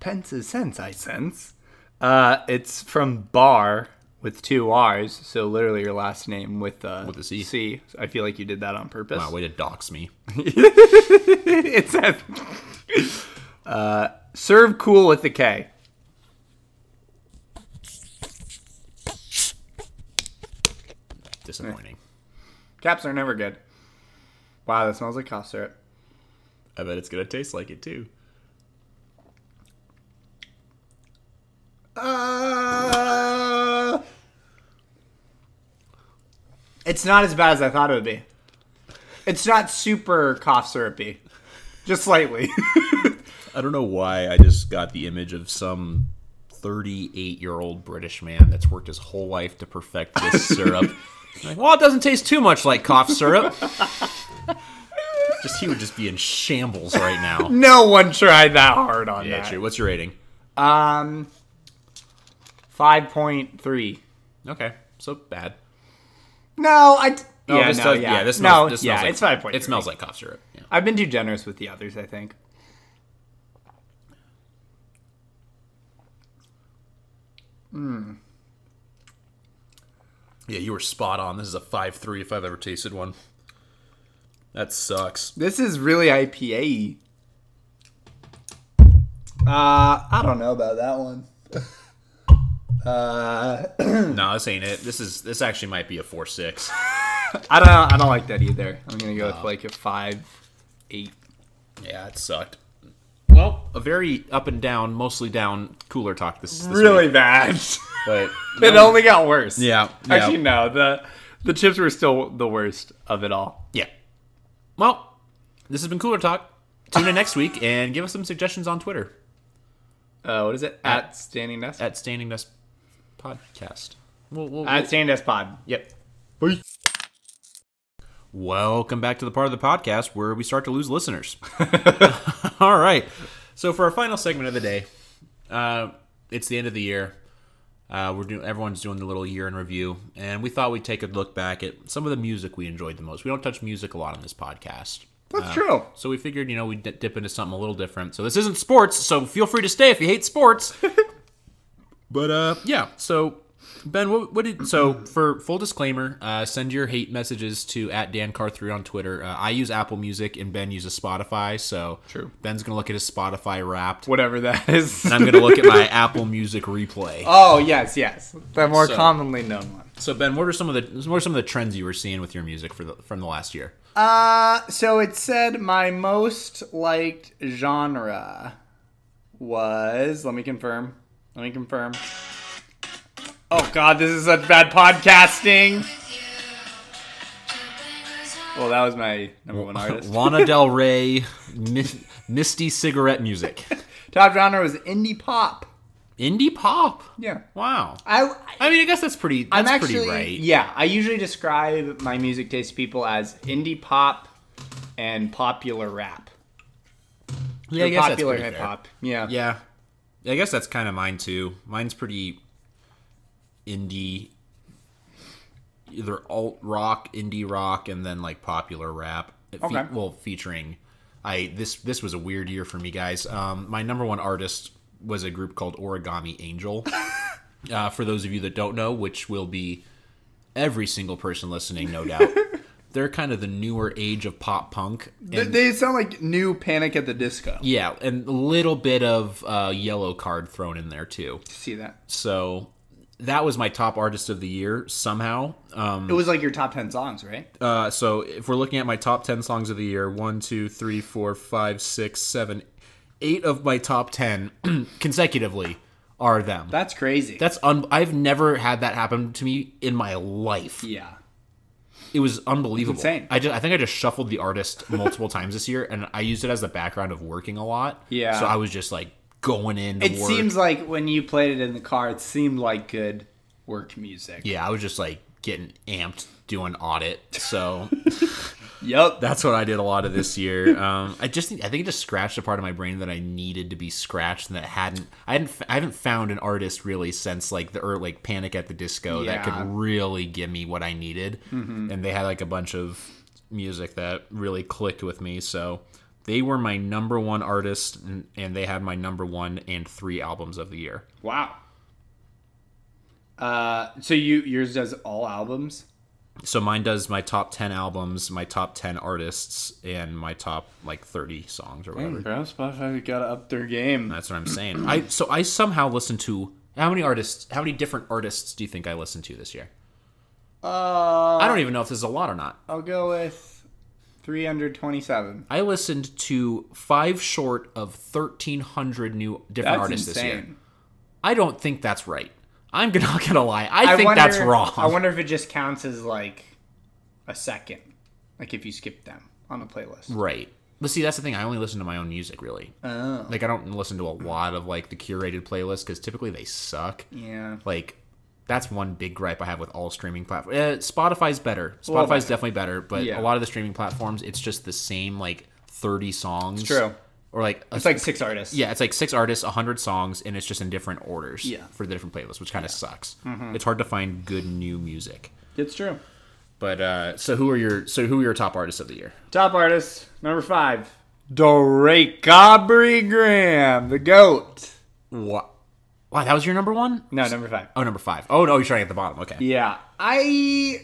Pence is cents, I sense. Uh, it's from Bar with two R's, so literally your last name with, uh, With a C. C. So I feel like you did that on purpose. Wow, way to dox [LAUGHS] me. [LAUGHS] it says uh, serve cool with the K. Disappointing. Caps are never good. Wow, that smells like cough syrup. I bet it's gonna taste like it too. Uh, it's not as bad as I thought it would be. It's not super cough syrupy, just slightly. [LAUGHS] I don't know why I just got the image of some 38 year old British man that's worked his whole life to perfect this syrup. Like, well, it doesn't taste too much like cough syrup. just he would just be in shambles right now. no one tried that hard on yeah, that. true. What's your rating? Um, five point three. Okay, so bad. No, I. No, yeah, Oh, this no, does- yeah, this smells, no, this yeah, smells like, it's five point. It smells like cough syrup. Yeah. I've been too generous with the others. I think. Yeah, you were spot on. This is a five three if I've ever tasted one. That sucks. This is really IPA. Uh, I don't know about that one. No, this ain't it. This is this actually might be a four six. I don't. I don't like that either. I'm gonna go with like a five, eight. Yeah, it sucked. Well, a very up and down, mostly down cooler talk this, this week, bad. [LAUGHS] but it only got worse. yeah, yeah, Actually, no. The the chips were still the worst of it all. yeah. Well, this has been cooler talk. Tune in next week and give us some suggestions on Twitter Uh, what is it? At Standing Desk. at Standing Desk Podcast. We'll, we'll, At Standing Desk Pod. Yep. Welcome back to the part of the podcast where we start to lose listeners. [LAUGHS] All right. So for our final segment of the day, uh, it's the end of the year. Uh, we're doing everyone's doing the little year in review, and we thought we'd take a look back at some of the music we enjoyed the most. We don't touch music a lot on this podcast, That's true. so we figured you know we'd d- dip into something a little different. So this isn't sports, so feel free to stay if you hate sports. [LAUGHS] But uh, yeah. So Ben, what, what did so for full disclaimer? Uh, send your hate messages to at Dan Car three on Twitter. Uh, I use Apple Music and Ben uses Spotify. So True. Ben's gonna look at his Spotify Wrapped. Whatever that [LAUGHS] is. And I'm gonna look at my [LAUGHS] Apple Music replay. oh yes, yes. The more So- commonly known one. So Ben, what are some of the what are some of the trends you were seeing with your music for the, from the last year? Uh, so it said my most liked genre was. Let me confirm. Let me confirm. Oh God, this is such bad podcasting. Well, that was my number [LAUGHS] one artist. Lana Del Rey, [LAUGHS] mi- Misty cigarette music, Top genre was indie pop. [LAUGHS] indie pop. Yeah, Wow. I. I mean, I guess that's pretty. That's I'm actually. pretty right. Yeah, I usually describe my music taste to people as indie pop and popular rap. yeah I Or guess that's popular pretty hip fair. hop. Yeah. Yeah. I guess that's kind of mine too. Mine's pretty indie either alt rock, indie rock and then like popular rap. It fe- Okay. well, featuring I this this was a weird year for me, guys. Um my number one artist was a group called Origami Angel. uh, for those of you that don't know, which will be every single person listening, no doubt. they're kind of the newer age of pop punk. They, And, they sound like new Panic at the Disco. yeah, and a little bit of uh, yellow card thrown in there too. See that? So that was my top artist of the year somehow. Um, It was like your top ten songs, right? uh, so if we're looking at my top 10 songs of the year, one, two, three, four, five, six, seven, eight of my top 10 [CLEARS THROAT] consecutively are them. That's crazy. That's un- I've never had that happen to me in my life. yeah. It was unbelievable. insane. I just, I think I just shuffled the artist multiple [LAUGHS] times this year, and I used it as the background of working a lot. Yeah. So I was just like going in. To It work. seems like when you played it in the car, it seemed like good work music. Yeah, I was just like getting amped doing audit. So [LAUGHS] Yup. that's what I did a lot of this year. Um, I just think I think it just scratched a part of my brain that I needed to be scratched and that hadn't I hadn't f- I haven't found an artist really since like the or like Panic at the Disco that Yeah. could really give me what I needed. And they had like a bunch of music that really clicked with me. So they were my number one artist and, and they had my number one and three albums of the year. Wow. Uh, so you yours does all albums. So mine does my top 10 albums, my top 10 artists and my top like 30 songs or whatever. Bro, Spotify got to up their game. That's what I'm saying. I so I somehow listened to how many artists? How many different artists do you think I listened to this year? Uh, I don't even know if this is a lot or not. I'll go with three hundred twenty-seven. I listened to five short of 1,300 new different That's artists insane. this year. I don't think that's right. I'm [LAUGHS] not gonna lie. I, think that's wrong. I wonder if it just counts as like a second, like if you skip them on a playlist. [LAUGHS] right. But see, that's the thing. I only listen to my own music, really. Oh, Like, I don't listen to a lot of like the curated playlists because typically they suck. yeah. like that's one big gripe I have with all streaming platforms. Uh, Spotify's better. Spotify's definitely better, but Yeah. a lot of the streaming platforms, it's just the same like thirty songs. true. Or like It's like six artists. yeah, it's like six artists, hundred songs, and it's just in different orders. Yeah. Mm-hmm. for the different playlists, which kind of sucks. It's hard to find good new music. it's true. But uh, so who are your so who are your top artists of the year? Top artist number five, Drake Aubrey Graham, the goat. What? Wow, that was your number one? No, number five. Oh, number five. Oh no, you're starting at the bottom. Okay. Yeah, I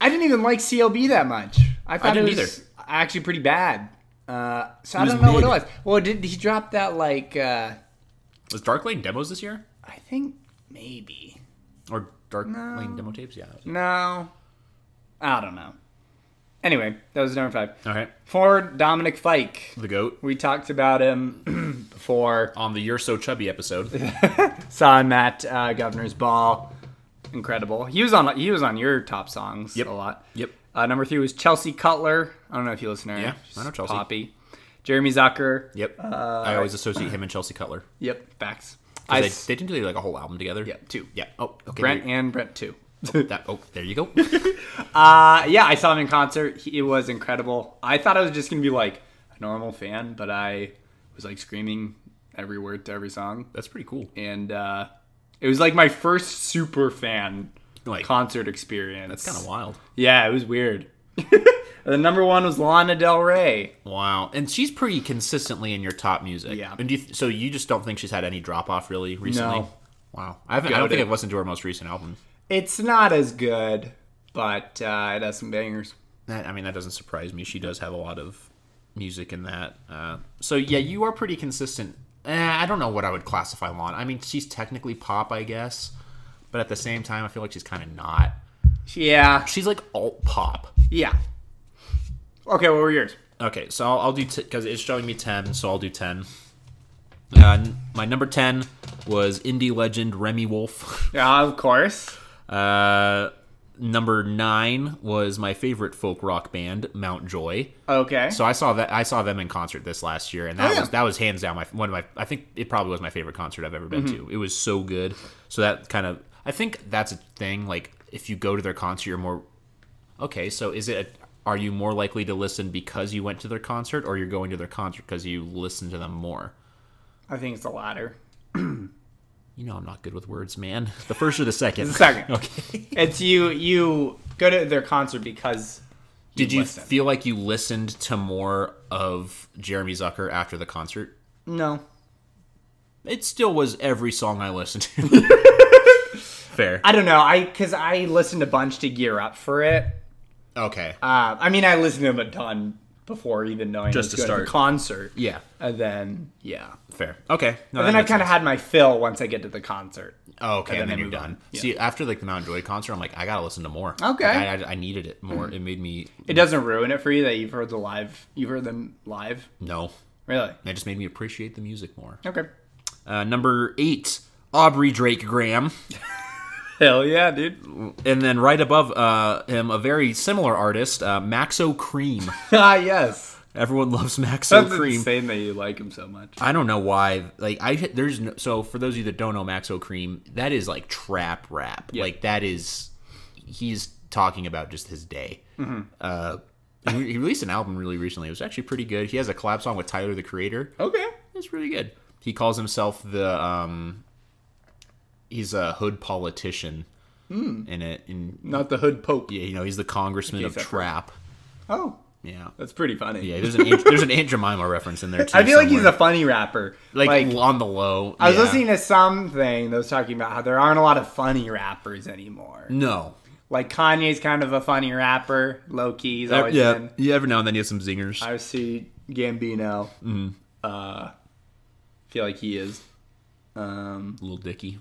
I didn't even like CLB that much. I thought didn't it was either. actually pretty bad. Uh, so I was don't know what it mid. was. Well, did he drop that like? Uh, Was Dark Lane demos this year I think maybe. or Dark Lane demo tapes? Yeah. No, I don't know. Anyway, that was number five. All right. For Dominic Fike, The goat. we talked about him [CLEARS THROAT] before. on the You're So Chubby episode. Saw him at uh, Governor's Ball. Incredible. He was on. He was on your top songs Yep. a lot. yep. Uh, number three was Chelsea Cutler. I don't know if you listen to her. Yeah, I know She's Chelsea. Poppy. Jeremy Zucker. Yep. I always associate him and Chelsea Cutler. 'Cause Yep, facts. I they, s- they didn't do like a whole album together. yeah, two. Yeah. Oh, okay. Brent there and Brent two. [LAUGHS] you- that- oh, there you go. Uh, yeah, I saw him in concert. He, it was incredible. I thought I was just gonna be like a normal fan, but I was like screaming every word to every song, That's pretty cool. and uh, it was like my first super fan Like, concert experience. that's kind of wild. Yeah, it was weird. [LAUGHS] the number one was Lana Del Rey. Wow. And she's pretty consistently in your top music. Yeah. And do you th- so you just don't think she's had any drop off really recently? No. Wow. I haven't. I don't Goated. think I've listened to her most recent album. It's not as good, but uh, it has some bangers. That I mean, that doesn't surprise me. She does have a lot of music in that. Uh, so yeah, you are pretty consistent. Eh, I don't know what I would classify Lon. I mean, she's technically pop, I guess, but at the same time, I feel like she's kind of not. Yeah, She's like alt pop. yeah. Okay, what were yours? Okay, so I'll, I'll do because it's showing me ten, so I'll do ten. Uh, n- my number ten was indie legend Remy Wolf. [LAUGHS] Yeah, of course. Uh, number nine was my favorite folk rock band Mountjoy. Okay. So I saw that I saw them in concert this last year, and that Oh, yeah. was that was hands down my one of my. I think it probably was my favorite concert I've ever been Mm-hmm. to. It was so good. So that kind of I think that's a thing. Like if you go to their concert, you're more okay. So is it are you more likely to listen because you went to their concert, or you're going to their concert because you listen to them more? I think it's the latter. You know I'm not good with words, man. [LAUGHS] The first or the second? [LAUGHS] The second. [LAUGHS] Okay. It's you. You go to their concert because Did you listened. feel like you listened to more of Jeremy Zucker after the concert? no. It still was every song I listened to. [LAUGHS] Fair. I don't know. I because I listened a bunch to gear up for it. Okay. Uh, I mean, I listened to him a ton before even knowing Just I was to going start. the concert. Yeah. And then yeah. Fair. Okay. No, And then that I've makes kind of sense. had my fill once I get to the concert. Oh, okay, and and, then, then I you're move on. done. Yeah. See, after like the Mount Joy concert, I'm like, I gotta listen to more. Okay. Like, I, I, I needed it more. It made me It doesn't ruin it for you that you've heard the live. You've heard them live, no. really? That just made me appreciate the music more. Okay. Uh, number eight, Aubrey Drake Graham, Hell yeah, dude. and then right above uh, him, a very similar artist, uh, Maxo Cream. [LAUGHS] ah yes. Everyone loves Maxo That's Cream. insane that you like him so much. I don't know why. Like I there's no, so for those of you that don't know Maxo Cream, that is like trap rap. Like that is he's talking about just his day. Mm-hmm. Uh, he he released an album really recently. It was actually pretty good. He has a collab song with Tyler the Creator. Okay. It's really good. He calls himself the um, he's a hood politician Hmm. in it. And Not the Hood Pope. yeah, you know he's the congressman of that- trap. Oh, Yeah. that's pretty funny. Yeah, there's an Aunt- there's an Aunt Jemima reference in there too. [LAUGHS] I feel like he's somewhere. a funny rapper. like, on the low. I was Yeah. listening to something that was talking about how there aren't a lot of funny rappers anymore. No, Like Kanye's kind of a funny rapper, low key. He's always yeah, been. yeah. Every now and then you have some zingers. Oh, I see Gambino. Uh, Mm-hmm. feel like he is. Um, Little Dicky.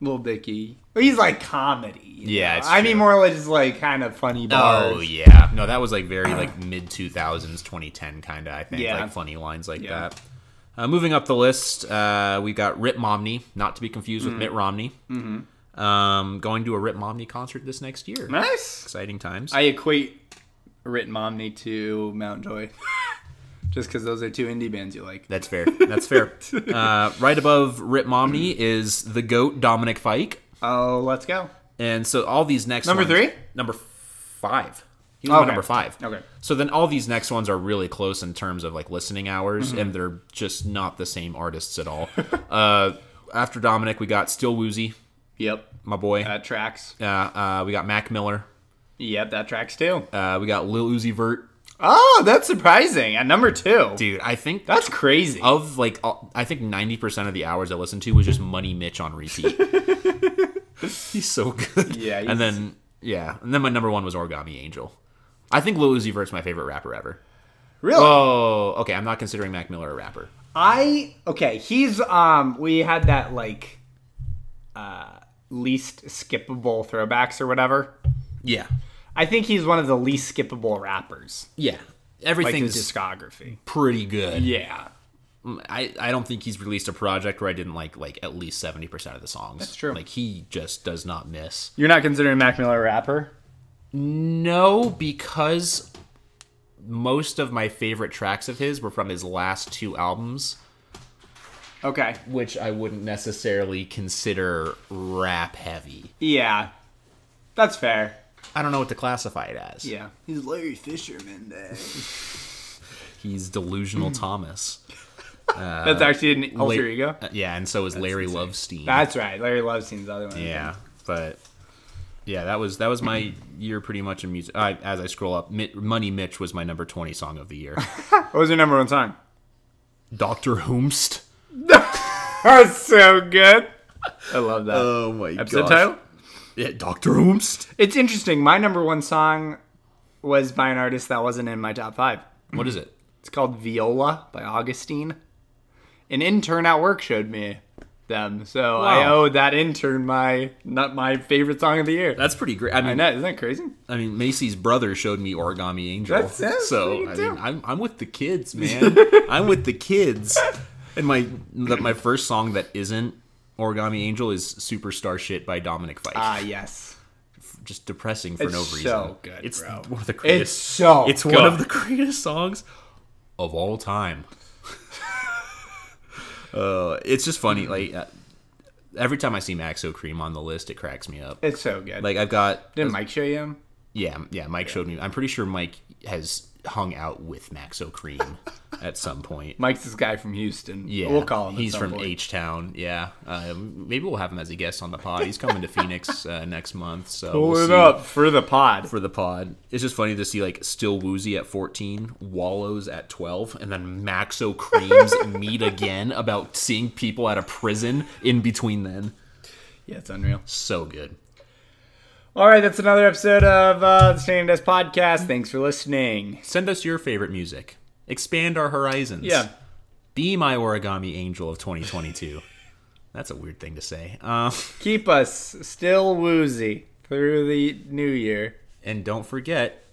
Little Dicky. But he's like comedy. you Yeah, know? it's I mean true. more like just like kind of funny bars. Oh yeah, no, that was like very [CLEARS THROAT] like mid two thousands, twenty ten kind of. I think Yeah. like funny lines like Yeah. that. Uh, moving up the list, uh, we've got Rip Momney, not to be confused with Mitt Romney. Mm-hmm. Um, going to a Rip Momney concert this next year. Nice. Exciting times. I equate Written Momney to Mountjoy. [LAUGHS] just because those are two indie bands you like. That's fair. That's fair. [LAUGHS] uh, right above Rip Momney is the goat Dominic Fike, Oh, let's go. and so all these next Number ones- three? Oh, number five. He was my Okay. number five. Okay. So then all these next ones are really close in terms of like listening hours, Mm-hmm. and they're just not the same artists at all. [LAUGHS] uh, after Dominic, we got Still Woozy, Yep. my boy. That tracks. Uh, uh, we got Mac Miller. Yep, that tracks too. Uh, we got Lil Uzi Vert. Oh, that's surprising. At number two. Dude, Oh, I think That's crazy. of like all- I think ninety percent of the hours I listened to was just Money Mitch on [LAUGHS] repeat. he's so good. Yeah, he's- and then yeah, and then my number one was Origami Angel. I think Lil Uzi Vert's my favorite rapper ever. Really? Oh, okay. I'm not considering Mac Miller a rapper. I okay, he's um we had that like uh least skippable throwbacks or whatever. Yeah, I think he's one of the least skippable rappers. yeah. Like Everything's his discography. pretty good. Yeah. I, I don't think he's released a project where I didn't like like at least seventy percent of the songs. That's true. Like he just does not miss. You're not considering Mac Miller a rapper? No, because most of my favorite tracks of his were from his last two albums, Okay. which I wouldn't necessarily consider rap heavy. Yeah. That's fair. I don't know what to classify it as. Yeah. He's Larry Fisherman day. He's delusional Thomas. That's actually an alter La- ego. Uh, yeah, and so is Larry Lovestein. That's right. Larry Lovestein's the other one. Yeah, but yeah, that was that was my year pretty much in music. I, as I scroll up, Mi- Money Mitch was my number twenty song of the [LAUGHS] year. What was your number one song? [LAUGHS] Doctor Whomst. That's so good. [LAUGHS] I love that. my Episode title? Yeah, Doctor Whomst. It's interesting. My number one song was by an artist that wasn't in my top five. What is it? It's called Viola by Augustine. An intern at work showed me them, so I Wow. owe that intern my not my favorite song of the year. That's pretty great. I I mean, know, isn't that crazy? I mean, Macy's brother showed me Origami Angel. That's it. There So you I go. mean, I'm I'm with the [LAUGHS] kids, man. I'm with the kids. And my the, my first song that isn't Origami Angel is Superstar Shit by Dominic Fike. Ah, yes. Just depressing for It's no so reason. good, it's bro. one of the greatest. It's so It's good. one of the greatest songs of all [LAUGHS] time. uh, it's just funny. Like uh, every time I see Maxo Cream on the list, it cracks me up. It's so good. Like I've got Didn't Mike show you him? yeah, yeah. Mike showed me. I'm pretty sure Mike has hung out with Maxo [LAUGHS] Cream at some point. Mike's this guy from Houston. Yeah, we'll call him. at He's some from point. H Town. Yeah, uh, maybe we'll have him as a guest on the pod. He's coming [LAUGHS] to Phoenix uh, next month, so Pull we'll it see. up for the pod. for the pod. It's just funny to see like still woozy at 14, wallows at 12, and then Maxo [LAUGHS] Creams meet again about seeing people out of prison in between then. Yeah, it's unreal. So good. All right, that's another episode of uh, the Standing Desk Podcast. Thanks for listening. Send us your favorite music. Expand our horizons. Yeah. Be my origami angel of 2022. That's a weird thing to say. Um, Keep us still woozy through the new year. and don't forget.